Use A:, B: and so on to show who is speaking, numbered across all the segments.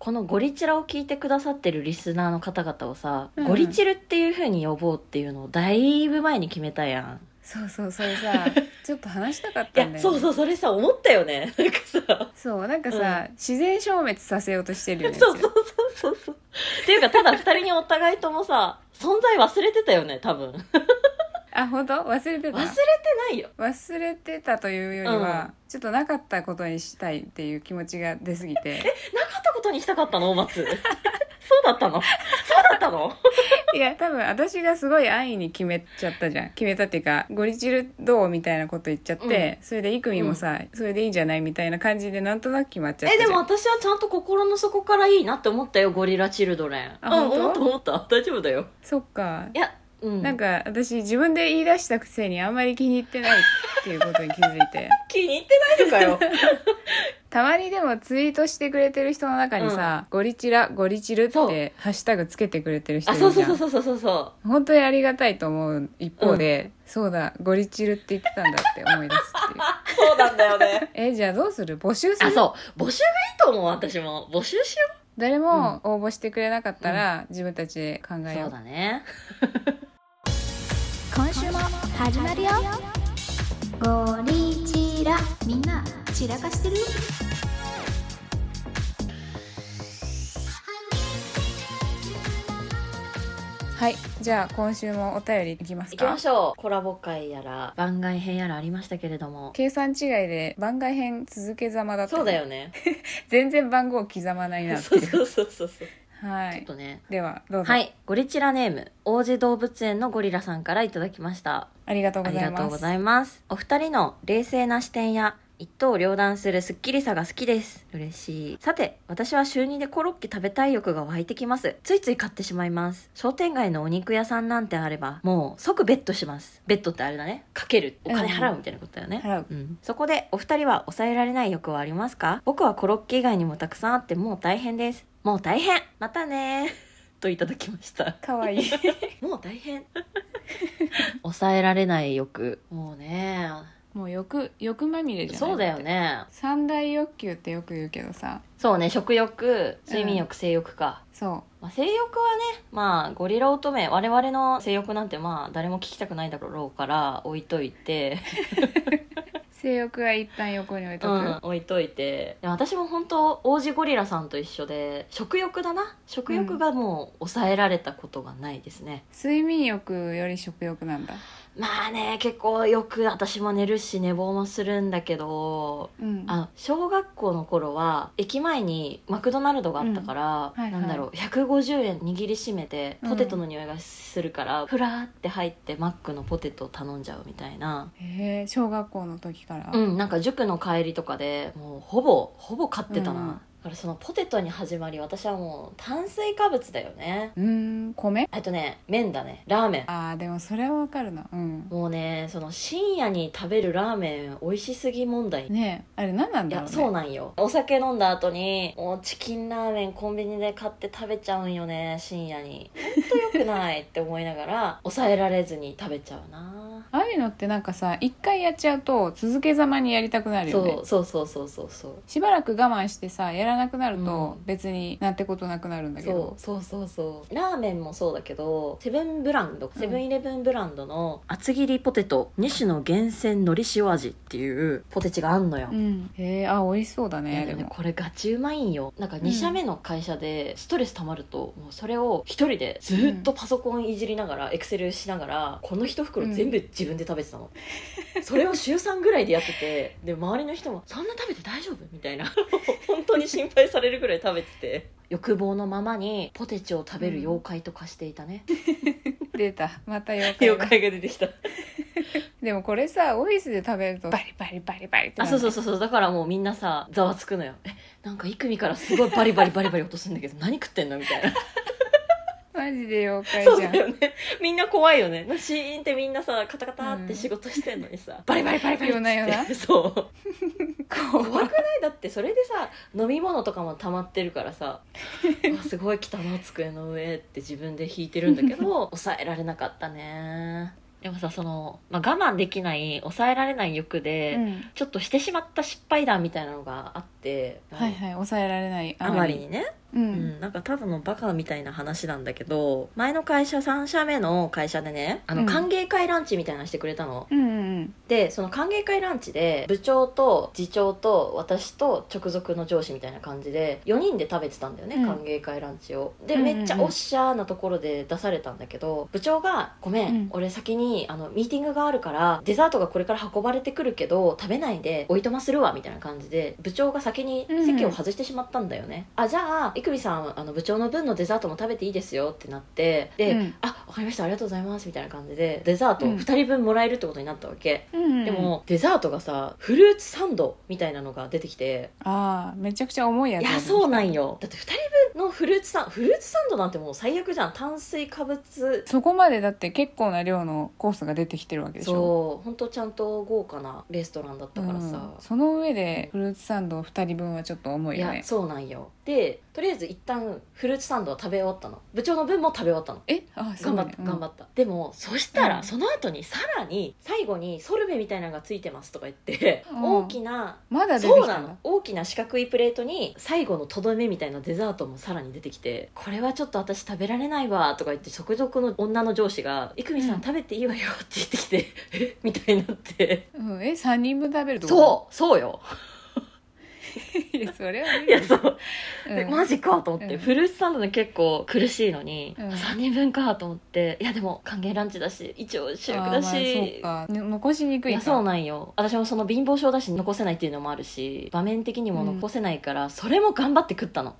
A: このゴリチラを聞いてくださってるリスナーの方々をさ、
B: うん
A: ゴリチルっていう風に呼ぼうっていうのをだいぶ前に決めたやん。
B: そうそうそ れさちょっと話したかっ
A: い
B: たんだよ
A: や、
B: ね
A: そうそう、それさ、思ったよね。 なんかさ。
B: そうなんかさ、自然消滅させようとしてるよね
A: そうそうそうそうそう。っていうか、ただ二人にお互いともさ、存在忘れてたよね、多分。忘れて
B: あ本当忘れてた
A: ないよ。
B: 忘れてたというよりは、
A: うん
B: ちょっとなかったことにしたいっていう気持ちが出すぎて
A: なかったことにしたかったの、お松。 そうだったのそうだったの
B: いや多分私がすごい安易に決めちゃったじゃん決めたっていうかゴリチルどうみたいなこと言っちゃって、それでイクミもさ、それでいいんじゃないみたいな感じでなんとなく決まっちゃった
A: え
B: じゃん
A: でも私はちゃんと心の底からいいなって思ったよゴリラチルドレンうん
B: あ
A: 思
B: 本
A: った
B: 当
A: 思った大丈夫だよ
B: そっか
A: いやうん
B: なんか私自分で言い出したくせにあんまり気に入ってないっていうことに気づいて
A: 気に入ってないのかよ
B: たまにでもツイートしてくれてる人の中にさ「ゴリチラゴリチル」っ
A: そう
B: てハッシュタグつけてくれてる人
A: あ
B: いるじゃ
A: そ
B: ん
A: うそうそうそうそうそう
B: 本当にありがたいと思う一方で、そうだゴリチルって言ってたんだって思い出すっていう
A: そうなんだよね
B: えじゃあどうする募集 す
A: あ
B: る
A: そう募集がいいと思う私も募集しよ
B: 誰も応募してくれなかったら、自分たちで考
A: う
B: えよ
A: そううだね
C: 今週も始まるよゴリチラみんな散らかしてる
B: はいじゃあ今週もお便りいきます
A: 行き
B: か
A: ましょうコラボ会やら番外編やらありましたけれども
B: 計算違いで番外編続けざまだったね
A: そうだよね
B: 全然番号刻まないなって
A: そう
B: いう
A: そうそうそうそうち
B: は
A: ょっ
B: い
A: とね
B: ではどうぞ、
A: はいゴリチラネーム王子動物園のゴリラさんからいただきました
B: ありがとう
A: あ
B: ご
A: り
B: ざ
A: が
B: い
A: とう
B: ま
A: ご
B: す
A: ざいます。お二人の冷静な視点や一刀両断するスッキリさが好きです。嬉しい。さて、私は週2でコロッケ食べたい欲が湧いてきます。ついつい買ってしまいます。商店街のお肉屋さんなんてあれば、もう即ベッドします。ベッドってあれだね。かける。お金払うみたいなことだよね。
B: 払う
A: うん、そこでお二人は抑えられない欲はありますか僕はコロッケ以外にもたくさんあってもう大変です。もう大変またねといただきました。
B: かわいい
A: もう大 変抑えられない欲もうね
B: もう欲欲まみれじゃない
A: そうだよね
B: 三大欲求ってよく言うけどさ
A: そうね食欲睡眠欲、性欲か、
B: そ
A: まあ、性欲はねまあゴリラ乙女我々の性欲なんてまあ誰も聞きたくないだろうから置いといて、
B: う性欲は一旦横に置いと
A: う
B: く、
A: ん、 置いといてで私も本当王子ゴリラさんと一緒で食欲だな食欲がもう抑えられたことがないですね、
B: 睡眠欲より食欲なんだ
A: まあね結構よく私も寝るし寝坊もするんだけど
B: うん
A: あの小学校の頃は駅前にマクドナルドがあったから、
B: うんはいはい
A: なんだろう150円握りしめて
B: うん
A: ポテトの匂いがするから、ふらーって入ってマックのポテトを頼んじゃうみたいな。
B: へえ小学校の時から、
A: うん、なんか塾の帰りとかでもうほぼほぼ買ってたな、
B: うん
A: だからそのポテトに始まり私はもう炭水化物だよね
B: うーん米
A: えっとね麺だねラーメン
B: あーでもそれはわかるなうん
A: もうねその深夜に食べるラーメン美味しすぎ問題
B: ねえあれ何なん
A: い
B: だろう
A: や
B: ね
A: そうなんよお酒飲んだ後にもうチキンラーメンコンビニで買って食べちゃうんよね深夜にほんとよくないって思いながら抑えられずに食べちゃうな
B: ああいうのってなんかさ一回やっちゃうと続けざまにやりたくなるよね
A: そうそうそうそうそうそう
B: しばらく我慢してさやらなくなると
A: うん
B: 別になんてことなくなるんだけ
A: そ
B: ど、
A: うそうそうそうラーメンもそうだけどセブンブランド
B: うん
A: セブンイレブンブランドの厚切りポテト2種の厳選のり塩味っていうポテチがあんのよ、
B: ん、へえあ美味しそうだ
A: いや
B: ね
A: で
B: で
A: もね
B: も
A: これガチうまいんよなんか
B: うん
A: 2社目の会社でストレスたまると、もうそれを一人でずっとパソコンいじりながらエクセルしながらこの一袋全部自分で食べてたの、それを週3ぐらいでやっててで周りの人も「そんな食べて大丈夫?」みたいな 本当に心配されるぐらい食べてて欲望のままにポテチを食べる妖怪と化していたね、
B: 出たまた妖怪が
A: 妖怪が出てきた
B: でもこれさオフィスで食べるとバリバリバリバリって
A: あそうそううそうそうだからもうみんなさざわつくのよえなんかイクミからすごいバリバリバリバリ音するんだけど何食ってんのみたいな
B: マジで妖
A: そ
B: 怪
A: う
B: じゃ
A: だ
B: ん
A: よねみんな怖いよねシーンってみんなさカタカタって仕事してんのにさ、バリバリバリバリっつって
B: 夜な夜な
A: そう
B: 怖
A: 怖くないだってそれでさ飲み物とかも溜まってるからさうわすごい汚い机の上って自分で引いてるんだけ ど抑えられなかったねでもさその、まあ、我慢できない抑えられない欲で、
B: うん
A: ちょっとしてしまった失敗談みたいなのがあって、
B: はいはい抑えられない
A: あまりにね、
B: う
A: うんん、なんかただのバカみたいな話なんだけど前の会社3社目の会社でねあ
B: う
A: の
B: ん
A: 歓迎会ランチみたいなのしてくれたの、
B: うんうん
A: でその歓迎会ランチで部長と次長と私と直属の上司みたいな感じで4人で食べてたんだよね、
B: うん
A: 歓迎会ランチをで
B: うんうんう
A: め
B: ん
A: っちゃおっしゃーなところで出されたんだけど部長が「ごめん、
B: うん
A: 俺先にあのミーティングがあるからデザートがこれから運ばれてくるけど食べないでおいとまするわ」みたいな感じで部長が先に席を外してしまったんだよね、あじゃあ生見さんあの部長の分のデザートも食べていいですよってなってで、
B: うん
A: あわかりましたありがとうございますみたいな感じでデザート
B: うん
A: 2人分もらえるってことになったわけ、
B: うん
A: でもデザートがさフルーツサンドみたいなのが出てきて
B: ああめちゃくちゃ重いや
A: い
B: つ
A: やそうなんよだって2人分のフルーツサンドフルーツサンドなんてもう最悪じゃん炭水化物
B: そこまでだって結構な量のコースが出てきてるわけでしょ
A: そうほんとちゃんと豪華なレストランだったからさ
B: うん、その上でフルーツサンド2人分はちょっと重い
A: い
B: よ
A: や
B: ね
A: そうなんよでとりあえず一旦フルーツサンドは食べ終わったの部長の分も食べ終わったの
B: えあ
A: 頑張った、頑張
B: っ
A: ったでもそしたら、
B: うん
A: その後にさらに最後にソルベみたいなのがついてますとか言って、
B: うん
A: 大きな
B: まだ出て
A: そう
B: きた
A: なん
B: だ
A: の大きな四角いプレートに最後のとどめみたいなデザートもさらに出てきてこれはちょっと私食べられないわとか言って直属の女の上司が「生見さ
B: うん
A: ん食べていいわよ」って言ってきて 「えみたいになって
B: うん、え3人分食べるって
A: そ
B: こ
A: うそうよ
B: と いやそれは無
A: い
B: 理
A: やそう、
B: うん
A: でマジかと思って、
B: うん
A: フルーツサンドで結構苦しいのに、
B: うん
A: 3人分かと思っていやでも歓迎ランチだし一応主役だし、
B: あーまあそうかね残しにく
A: い
B: い
A: や
B: か
A: そうなんよ私もその貧乏症だし残せないっていうのもあるし場面的にも残せないから、それも頑張って食ったの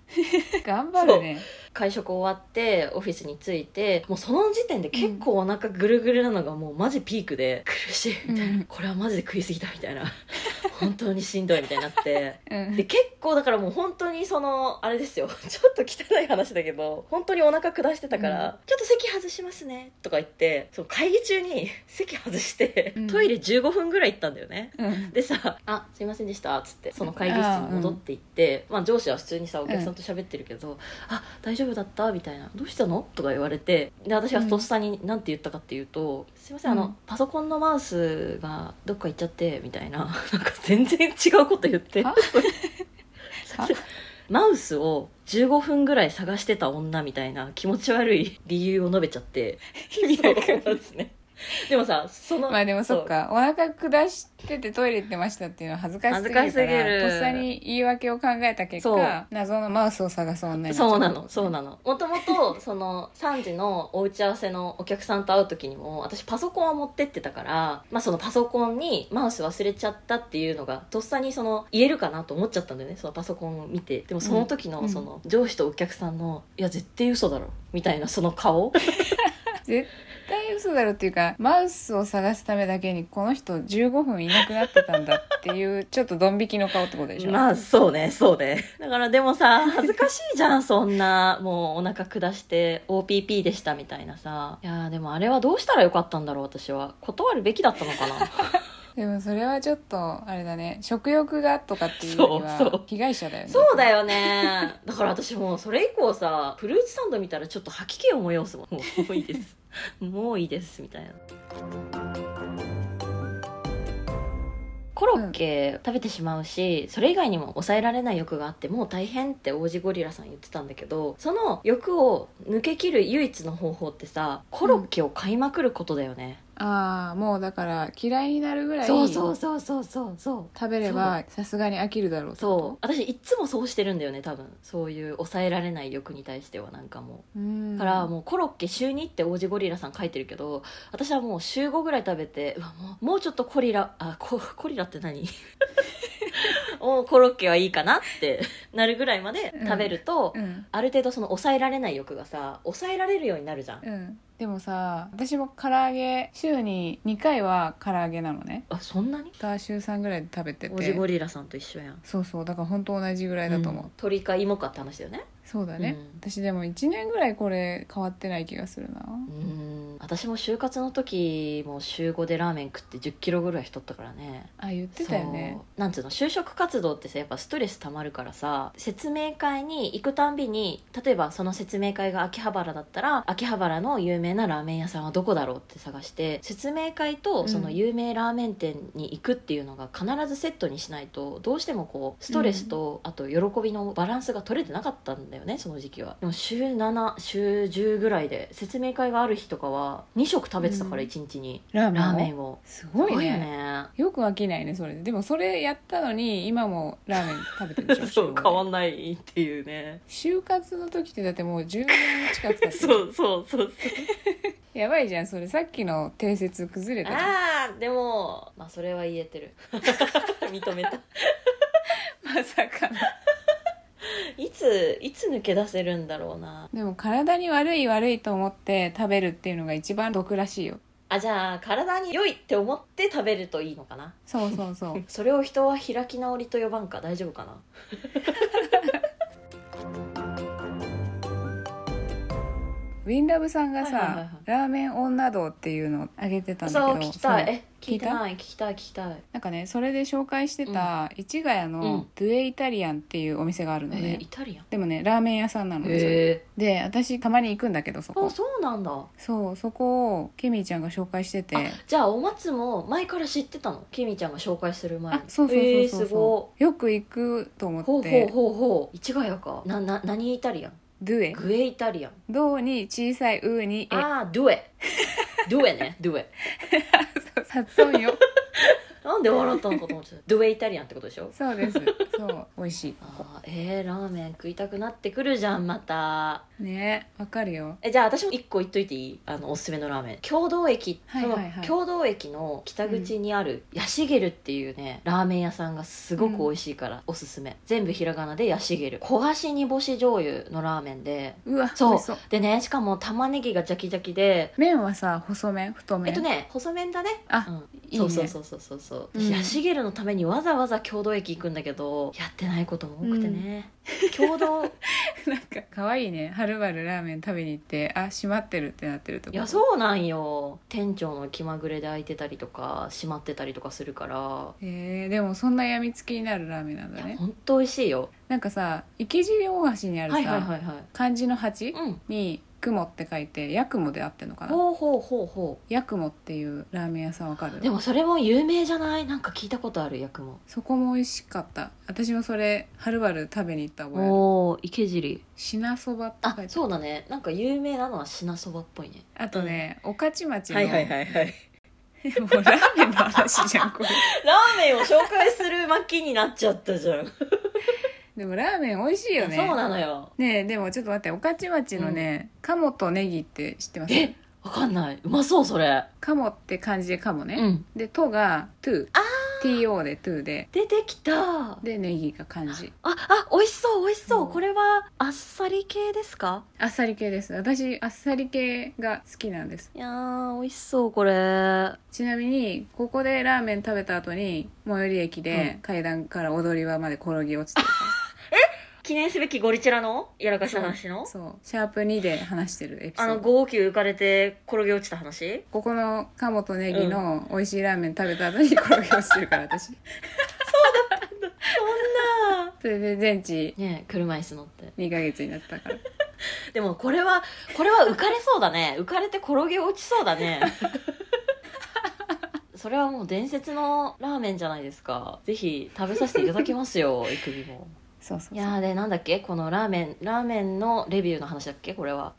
B: 頑張るね
A: 会食終わってオフィスに着いてもうその時点で結構お腹ぐるぐるなのがもうマジピークで苦しいみたいな、
B: うん
A: これはマジで食い過ぎたみたいな本当にしんどいみたいになって
B: うん
A: で結構だからもう本当にそのあれですよ ちょっと汚い話だけど本当にお腹下してたから、
B: う
A: ちょっと席外しますねとか言ってその会議中に席外して
B: うん
A: トイレ15分ぐらい行ったんだよね、
B: うん
A: でさ「あすいませんでした」っつってその会議室に戻って行って、まあ、上司は普通にさお客さんと喋ってるけど「あ大丈夫だった?」みたいな「どうしたの?」とか言われてで私はとっさに何て言ったかっていうと「すいませんあの、
B: うん
A: パソコンのマウスがどっか行っちゃって」みたいななんか全然違うこと言って
B: はは
A: マウスを15分ぐらい探してた女みたいな気持ち悪い理由を述べちゃって
B: 意味わかんない
A: そうですねでもさその
B: まあでもそっかお腹下しててトイレ行ってましたっていうのは恥ずかしすぎるから
A: 恥ずかしすぎる
B: とっさに言い訳を考えた結
A: そう
B: 果謎のマウスを探す女にっちゃ
A: そうな
B: った
A: のそうなのもともとその3時のお打ち合わせのお客さんと会う時にも私パソコンは持ってってたから、まあ、そのパソコンにマウス忘れちゃったっていうのがとっさにその言えるかなと思っちゃったんだよねそのパソコンを見てでもその時
B: う
A: の
B: ん
A: その上司とお客さんの「いや絶対嘘だろ」みたいなその顔
B: 絶対嘘だろっていうかマウスを探すためだけにこの人15分いなくなってたんだっていうちょっとドン引きの顔ってことでしょ、
A: まあそうねそうねだからでもさ恥ずかしいじゃんそんなもうお腹下して OPP でしたみたいなさいやーでもあれはどうしたらよかったんだろう私は断るべきだったのかな
B: でもそれはちょっとあれだね食欲がとかっていうより
A: そうそう
B: は被害者だよね
A: そうだよね。だから私もうそれ以降さ、フルーツサンド見たらちょっと吐き気を催すもん。もうもういいです。もういいです、みたいな。コロッケ食べてしまうし、それ以外にも抑えられない欲があってもう大変って王子ゴリラさん言ってたんだけどその欲を抜けきる唯一の方法ってさコロッケを買いまくることだよね、
B: ああもうだから嫌いになるぐらい
A: そうそうそうそうそうそう
B: 食べればさすがに飽きるだろうって
A: そう
B: こ
A: 私いっつもそうしてるんだよね多分そういう抑えられない欲に対してはなんかもう
B: とうん
A: からもうコロッケ週2って王子ゴリラさん書いてるけど私はもう週5ぐらい食べてうわもうもうちょっとコリラあココリラって何 もうコロッケはいいかなってなるぐらいまで食べると、
B: うん
A: ある程度その抑えられない欲がさ抑えられるようになるじゃん、
B: うんでもさ私も唐揚げ週に2回は唐揚げなのね
A: あそんなに
B: た週3ぐらいで食べて
A: 王子ゴ
B: て
A: リラさんと一緒やん
B: そうそうだから本当同じぐらいだと思う、
A: ん鳥か芋かって話だよね
B: そうだね、
A: うん
B: 私でも1年ぐらいこれ変わってない気がするな
A: うーん私も就活の時も週5でラーメン食って1 0キロぐらい太ったからね
B: あ言ってたよね
A: そうなんつうの就職活動ってさやっぱストレスたまるからさ説明会に行くたんびに例えばその説明会が秋葉原だったら秋葉原の有名なラーメン屋さんはどこだろうって探して説明会とその有名ラーメン店に行くっていうのが必ずセットにしないとどうしてもこうストレスとあと喜びのバランスが取れてなかったんだよねその時期はでも週7週10ぐらいで説明会がある日とかは2食食べてたから
B: うん
A: 1日に、
B: ラーメン
A: ラーメ
B: を
A: ンを
B: すごい
A: すごいよ
B: ね
A: ね
B: よく飽きないねそれででもそれやったのに今もラーメン食べてるでし ょ
A: そう
B: 週五で
A: 変わんないっていうね
B: 就活の時ってだってもう10年近 く経って
A: そうそうそうそう
B: やばいじゃんそれさっきの定説崩れたじゃん
A: ああでもまあそれは言えてる認めた
B: まさかの
A: いついつ抜け出せるんだろうな
B: でも体に悪い悪いと思って食べるっていうのが一番毒らしいよ
A: あじゃあ体に良いって思って食べるといいのかな
B: そうそうそう
A: それを人は開き直りと呼ばんか大丈夫かな
B: ウィンラブさんがさ、
A: はいはいはいはい
B: ラーメン女道っていうのをあげてたんだけ
A: そう
B: ど
A: 聞きたい
B: そう
A: え聞いてない聞きたい聞きたい
B: なんかねそれで紹介してた市ヶ谷
A: う
B: の
A: ん
B: ドゥエイタリアンっていうお店があるの
A: え
B: ね
A: ー、イ、タリアン
B: でもねラーメン屋さんなの、
A: え
B: で私たまに行くんだけどそ
A: あ
B: こ
A: そうなんだ
B: そうそこをケミーちゃんが紹介してて
A: あじゃあお松も前から知ってたのキミちゃんが紹介する前
B: あ
A: に
B: そうそう
A: え
B: そう
A: ー
B: そう
A: す
B: そ
A: ご
B: う、よく行くと思
A: いほ
B: っ
A: うほう
B: て
A: ほうほう市ヶ谷かなな何イタリアン
B: ドゥエ
A: グエイタリアン
B: ドに小さいウにえ
A: ああドゥ エドゥエねドゥエ
B: そう 発音よ
A: なんで笑ったのかと思ってた ドゥエイタリアンってことでしょ
B: そうですそう美味し
A: あーえー、ラーメン食いたくなってくるじゃんまた
B: いねわかるよ
A: えじゃあ私も1個言っといていいあのおすすめのラーメン共同駅、
B: はいはいはい
A: その共同駅の北口にあるヤシゲルっていうね、ラーメン屋さんがすごく美味しいからおすすめ、全部ひらがなでヤシゲル焦がし煮干し醤油のラーメンで
B: うわ
A: そう
B: 美味しそう
A: でねしかも玉ねぎがジャキジャキで
B: 麺はさ細麺太
A: え
B: 麺
A: っとね細麺だね
B: あ
A: うん
B: いい
A: そう
B: ね
A: そうそうそうそうそう
B: うん
A: ヤシゲルのためにわざわざ共同駅行くんだけどやってないことも多くてね、共同い
B: なんか可愛いねはるばるラーメン食べに行ってあ閉まってるってなってるとこ
A: やそうなんよ店長の気まぐれで開いてたりとか閉まってたりとかするから
B: えーでもそんなやみつきになるラーメンなん
A: い
B: だ
A: や
B: ね
A: ほんと美味しいよ
B: なんかさ池尻大橋にあるさ、
A: はいはいはいはい
B: 漢字の8
A: うん
B: に「雲」って書いて「やくも」であってんのかな
A: ほうほうほうほ
B: やくもっていうラーメン屋さんわか
A: う
B: る
A: でもそれも有名じゃないなんか聞いたことある役も
B: そこも美味しかった私もそれはるばる食べに行った覚えある
A: おお池尻
B: 品そばって書い
A: あ
B: てある
A: そうだねなんか有名なのは品そばっぽいね
B: あとね御徒町の、
A: いはい
B: もうラーメンの話じゃんこれ
A: ラーメンを紹介する巻きになっちゃったじゃん
B: でもラーメン美味しいよね
A: そうなのよ
B: ねえでもちょっと待って御徒町のね、鴨とネギって知ってます
A: えわかんないうまそうそれ
B: 鴨って漢字で鴨ね、
A: ん
B: で「と」が「トゥ」「TO」で「トゥ」で
A: 出てきたあ
B: でネギが漢字
A: あ美味しそう美味しそう、
B: うん
A: これはあっさり系ですか
B: あっさり系です私あっさり系が好きなんです
A: いやー美味しそうこれ
B: ちなみにここでラーメン食べた後に最寄り駅で階段から踊り場まで転げ落ちてる
A: 記念すべきゴリチラのやらかした話の
B: そうシャープ2で話してるエピソ
A: あ
B: ー
A: の
B: ド
A: 5号機浮かれて転げ落ちた話
B: ここの鴨とネギの美味しいラーメン食べた後に転げ落ちてるから私
A: そん な
B: それで全治
A: ねえ車椅子乗って
B: 2ヶ月になったから
A: でもこれはこれは浮かれそうだね浮かれて転げ落ちそうだ ねそれはもう伝説のラーメンじゃないですかぜひ食べさせていただきます よいくびも
B: そうそうそう
A: いやーでなんだっけこのラーメンラーメンのレビューの話だっけこれは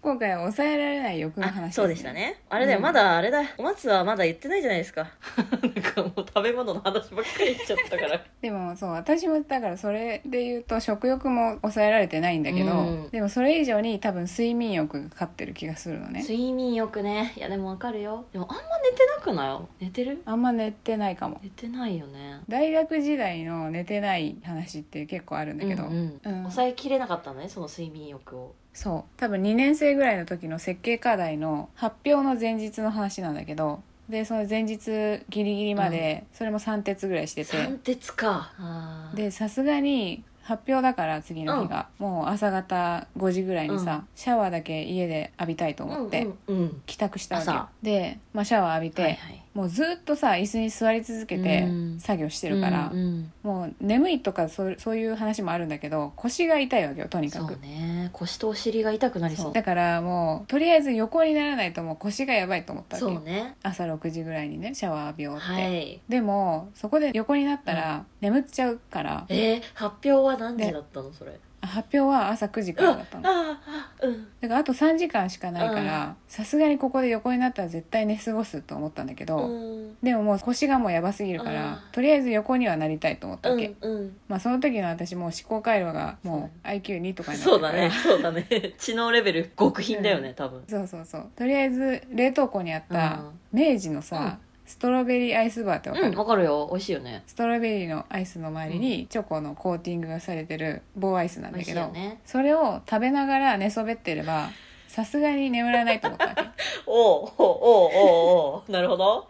B: 今回は抑えられない欲の話、
A: あそうでしたねあれだよ、
B: うん
A: まだあれだお松はまだ言ってないじゃないですか なんかもう食べ物の話ばっかり言っちゃった から
B: でもそう私もだからそれで言うと食欲も抑えられてないんだけど、
A: うん
B: でもそれ以上に多分睡眠欲が勝ってる気がするのね
A: 睡眠欲ねいやでもわかるよでもあんま寝てなくない寝てる
B: あんま寝てないかも
A: 寝てないよね
B: 大学時代の寝てない話って結構あるんだけど、
A: うんうん
B: うん
A: 抑えきれなかったのねその睡眠欲を
B: そう多分2年生ぐらいの時の設計課題の発表の前日の話なんだけどでその前日ギリギリまでそれも3徹ぐらいしてて、
A: 三徹かあー
B: でさすがに発表だから次の日が、もう朝方5時ぐらいにさ、
A: う
B: シャワーだけ家で浴びたいと思って、
A: うんうん
B: 帰宅したわけよ
A: 朝
B: で、まあ、シャワー浴びて、
A: はいはい
B: もうずっとさ椅子に座り続けて
A: うん
B: 作業してるから、
A: うんうん
B: もう眠いとかそうそういう話もあるんだけど腰が痛いわけよとにか
A: そ
B: く
A: うね腰とお尻が痛くなりそう
B: だからもうとりあえず横にならないともう腰がやばいと思ったわけ
A: そうね
B: 朝6時ぐらいにねシャワー浴びようって、
A: はい
B: でもそこで横になったら眠っちゃうから、
A: えー、発表は何時だったのそれ
B: 発表は朝9時からだったのだ
A: あああうん
B: からあと3時間しかないからさすがにここで横になったら絶対寝過ごすと思ったんだけど、
A: うん
B: でももう腰がもうやばすぎるか
A: うん
B: らとりあえず横にはなりたいと思った
A: う
B: わけ、
A: んうん
B: まあその時の私もう思考回路がもう IQ2 とかになって
A: そう
B: るか
A: だ
B: ら
A: ねそうだね知能レベル極貧だよね、
B: うん
A: 多分
B: そうそうそうとりあえず冷凍庫にあった明治のさ、ストロベリーアイスバーってわか
A: う
B: る、
A: んわかるよ美味しいよね
B: ストロベリーのアイスの周りにチョコのコーティングがされてる棒アイスなん
A: 美
B: だ
A: 味し
B: け
A: い
B: ど、
A: よね
B: それを食べながら寝そべってればさすがに眠らないと思ったわけ
A: おうおうおうおうおうなるほど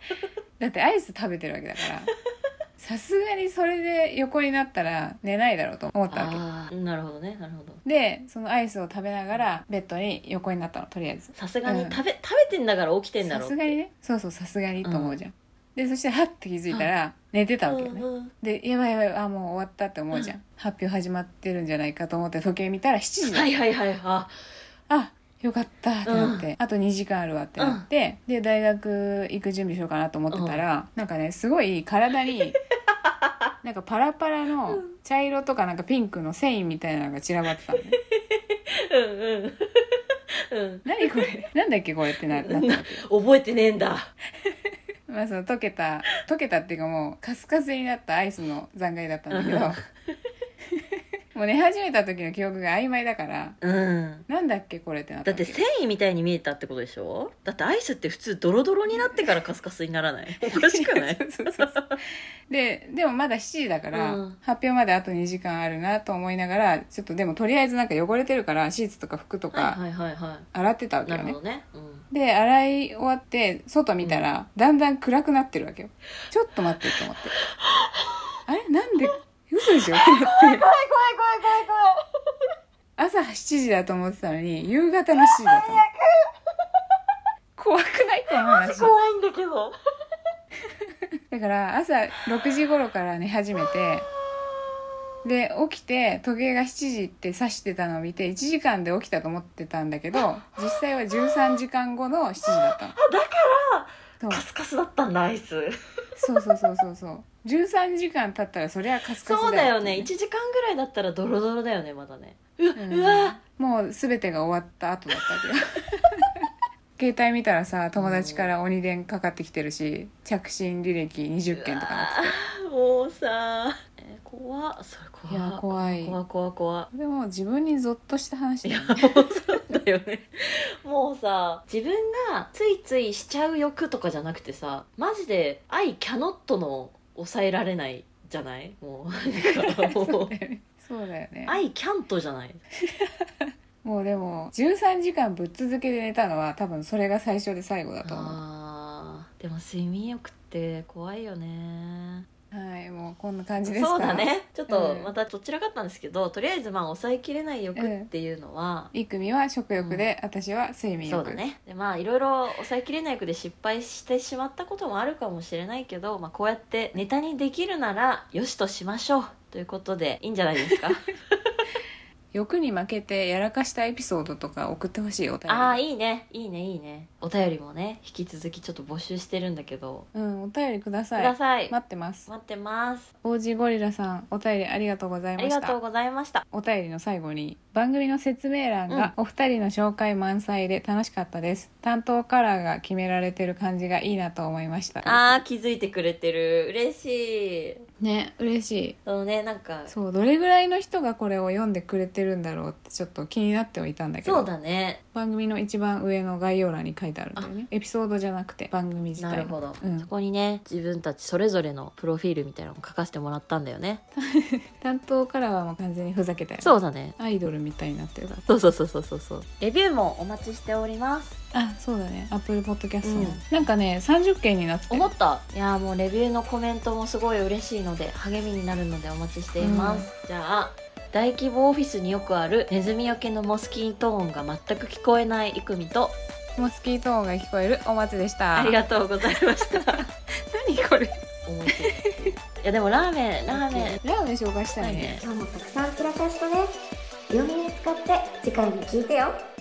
B: だってアイス食べてるわけだからさすがにそれで横になったら寝ないだろうと思ったわけ
A: ああなるほどねなるほど
B: でそのアイスを食べながらベッドに横になったのとりあえず
A: さすがに
B: うん
A: 食べ、食べてんだから起きてんだ
B: さ
A: ろう
B: すがにねそうそうさすがにと思うじゃん、でそしてはって気づいたら寝てたわけよね、
A: うんうん
B: でやばいやばいあもう終わったって思うじゃん、
A: う
B: 発表始まってるんじゃないかと思って時計見たら7時 だ、
A: はいはいはいあ
B: あよかったってなって、あと2時間あるわってなって、で大学行く準備しようかなと思ってたら、なんかねすごい体に なんかパラパラの茶色とかなんかピンクの繊維みたいなのが散らばってたのね
A: うんうん うん
B: 何これなんだっけこれって ななったわけよ
A: 覚えてねえんだ
B: まあその溶けた溶けたっていうかもうカスカスになったアイスの残骸だったんだけど
A: うん
B: もう寝始めた時の記憶が曖昧だから
A: うん
B: なんだっけこれってなった
A: だっ
B: わけ
A: て繊維みたいに見えたってことでしょだってアイスって普通ドロドロになってからカスカスになら ないおかしくない
B: そうそうそうででもまだ7時だから、
A: うん
B: 発表まであと2時間あるなと思いながらちょっとでもとりあえずなんか汚れてるからシーツとか服 と
A: はい
B: か
A: はいはいは
B: 洗ってたわ
A: い
B: けよ
A: なる
B: ね、
A: ほどね、うん、
B: で洗い終わって外見たら、だんだん暗くなってるわけよちょっと待ってと思 ってあれなんで嘘でしょってなって怖い怖い怖い怖い怖い朝7時だと思ってたのに夕方の7時だったの怖くないこの話
A: 怖いんだけど
B: だから朝6時頃から寝始めてで起きて時計が7時って指してたのを見て1時間で起きたと思ってたんだけど実際は13時間後の7時だったの
A: だか
B: そう
A: らカスカスだったんだアイス
B: そうそうそうそうそう13時間経ったらそりゃカスカス
A: そうだよね1
B: 一
A: 時間ぐらいだったらドロドロだよねまだねうわ、う
B: うん
A: わ
B: もう全てが終わった後だったわけよ 携帯見たらさ友達から鬼電かかってきてるし着信履歴20件とかなって
A: もうさえー怖っそれ
B: いや
A: 怖っ
B: 怖い
A: 怖怖怖
B: でも自分にゾッとした話
A: い
B: だ
A: や
B: よ
A: も
B: ね
A: うそうだよねもうさ自分がついついしちゃう欲とかじゃなくてさマジで「I cannot」の抑えられないじゃないもうなん かもう
B: そうだよ
A: 「
B: ね
A: I can't」じゃない
B: もうでも13時間ぶっ続けで寝たのは多分それが最初で最後だと思う
A: あーでも睡眠欲って怖いよね
B: はいもうこんな感じですか
A: そうだねちょっと
B: うん
A: またどちらかったんですけど、とりあえずまあ抑えきれない欲っていうのは、
B: いくみは食欲で、私は睡眠
A: そう
B: 欲
A: だねでまあいろいろ抑えきれない欲で失敗してしまったこともあるかもしれないけど、まあ、こうやってネタにできるならよしとしましょうということでいいんじゃないですか
B: 欲に負けてやらかしたエピソードとか送ってほしいお便り
A: ああいいねいいねいいねお便りもね引き続きちょっと募集してるんだけど、
B: うんお便りください
A: ください、
B: 待ってます
A: 待ってます
B: オージーゴリラさんお便りありがとうござい
A: あ
B: ま
A: り
B: し
A: がとう
B: た
A: ございました
B: お便りの最後に番組の説明欄がお二人の紹介満載で楽しかったです、担当カラーが決められてる感じがいいなと思いました
A: あー気づいてくれてる嬉しい
B: ね嬉しい
A: そのねなんか
B: そうどれぐらいの人がこれを読んでくれてるんだろうってちょっと気になってはいたんだけど
A: そうだね
B: 番組の一番上の概要欄に書いてあるんだよねエピソードじゃなくて番組自体
A: なるほど、
B: うん
A: そこにね自分たちそれぞれのプロフィールみたいなのを書かせてもらったんだよね
B: 担当カラーはもう完全にふざけたよね
A: そうだね
B: アイドルみたいになってるから
A: そうそうそうそうそうそうレビューもお待ちしております
B: あそうだねアップルポッドキャスト
A: うん
B: なんかね30件になって
A: 思ったいやーもうレビューのコメントもすごい嬉しいので励みになるのでお待ちしています、じゃあ大規模オフィスによくあるネズミよけのモスキート音が全く聞こえないイクミと
B: モスキート音が聞こえるお待ちでした
A: ありがとうございました
B: 何これ
A: 思いついたいやでもラーメンラーメン
B: ラーメン紹介したいね
A: ラーメン
D: 今日もたくさん散らかしたね両耳使って次回も聞いてよ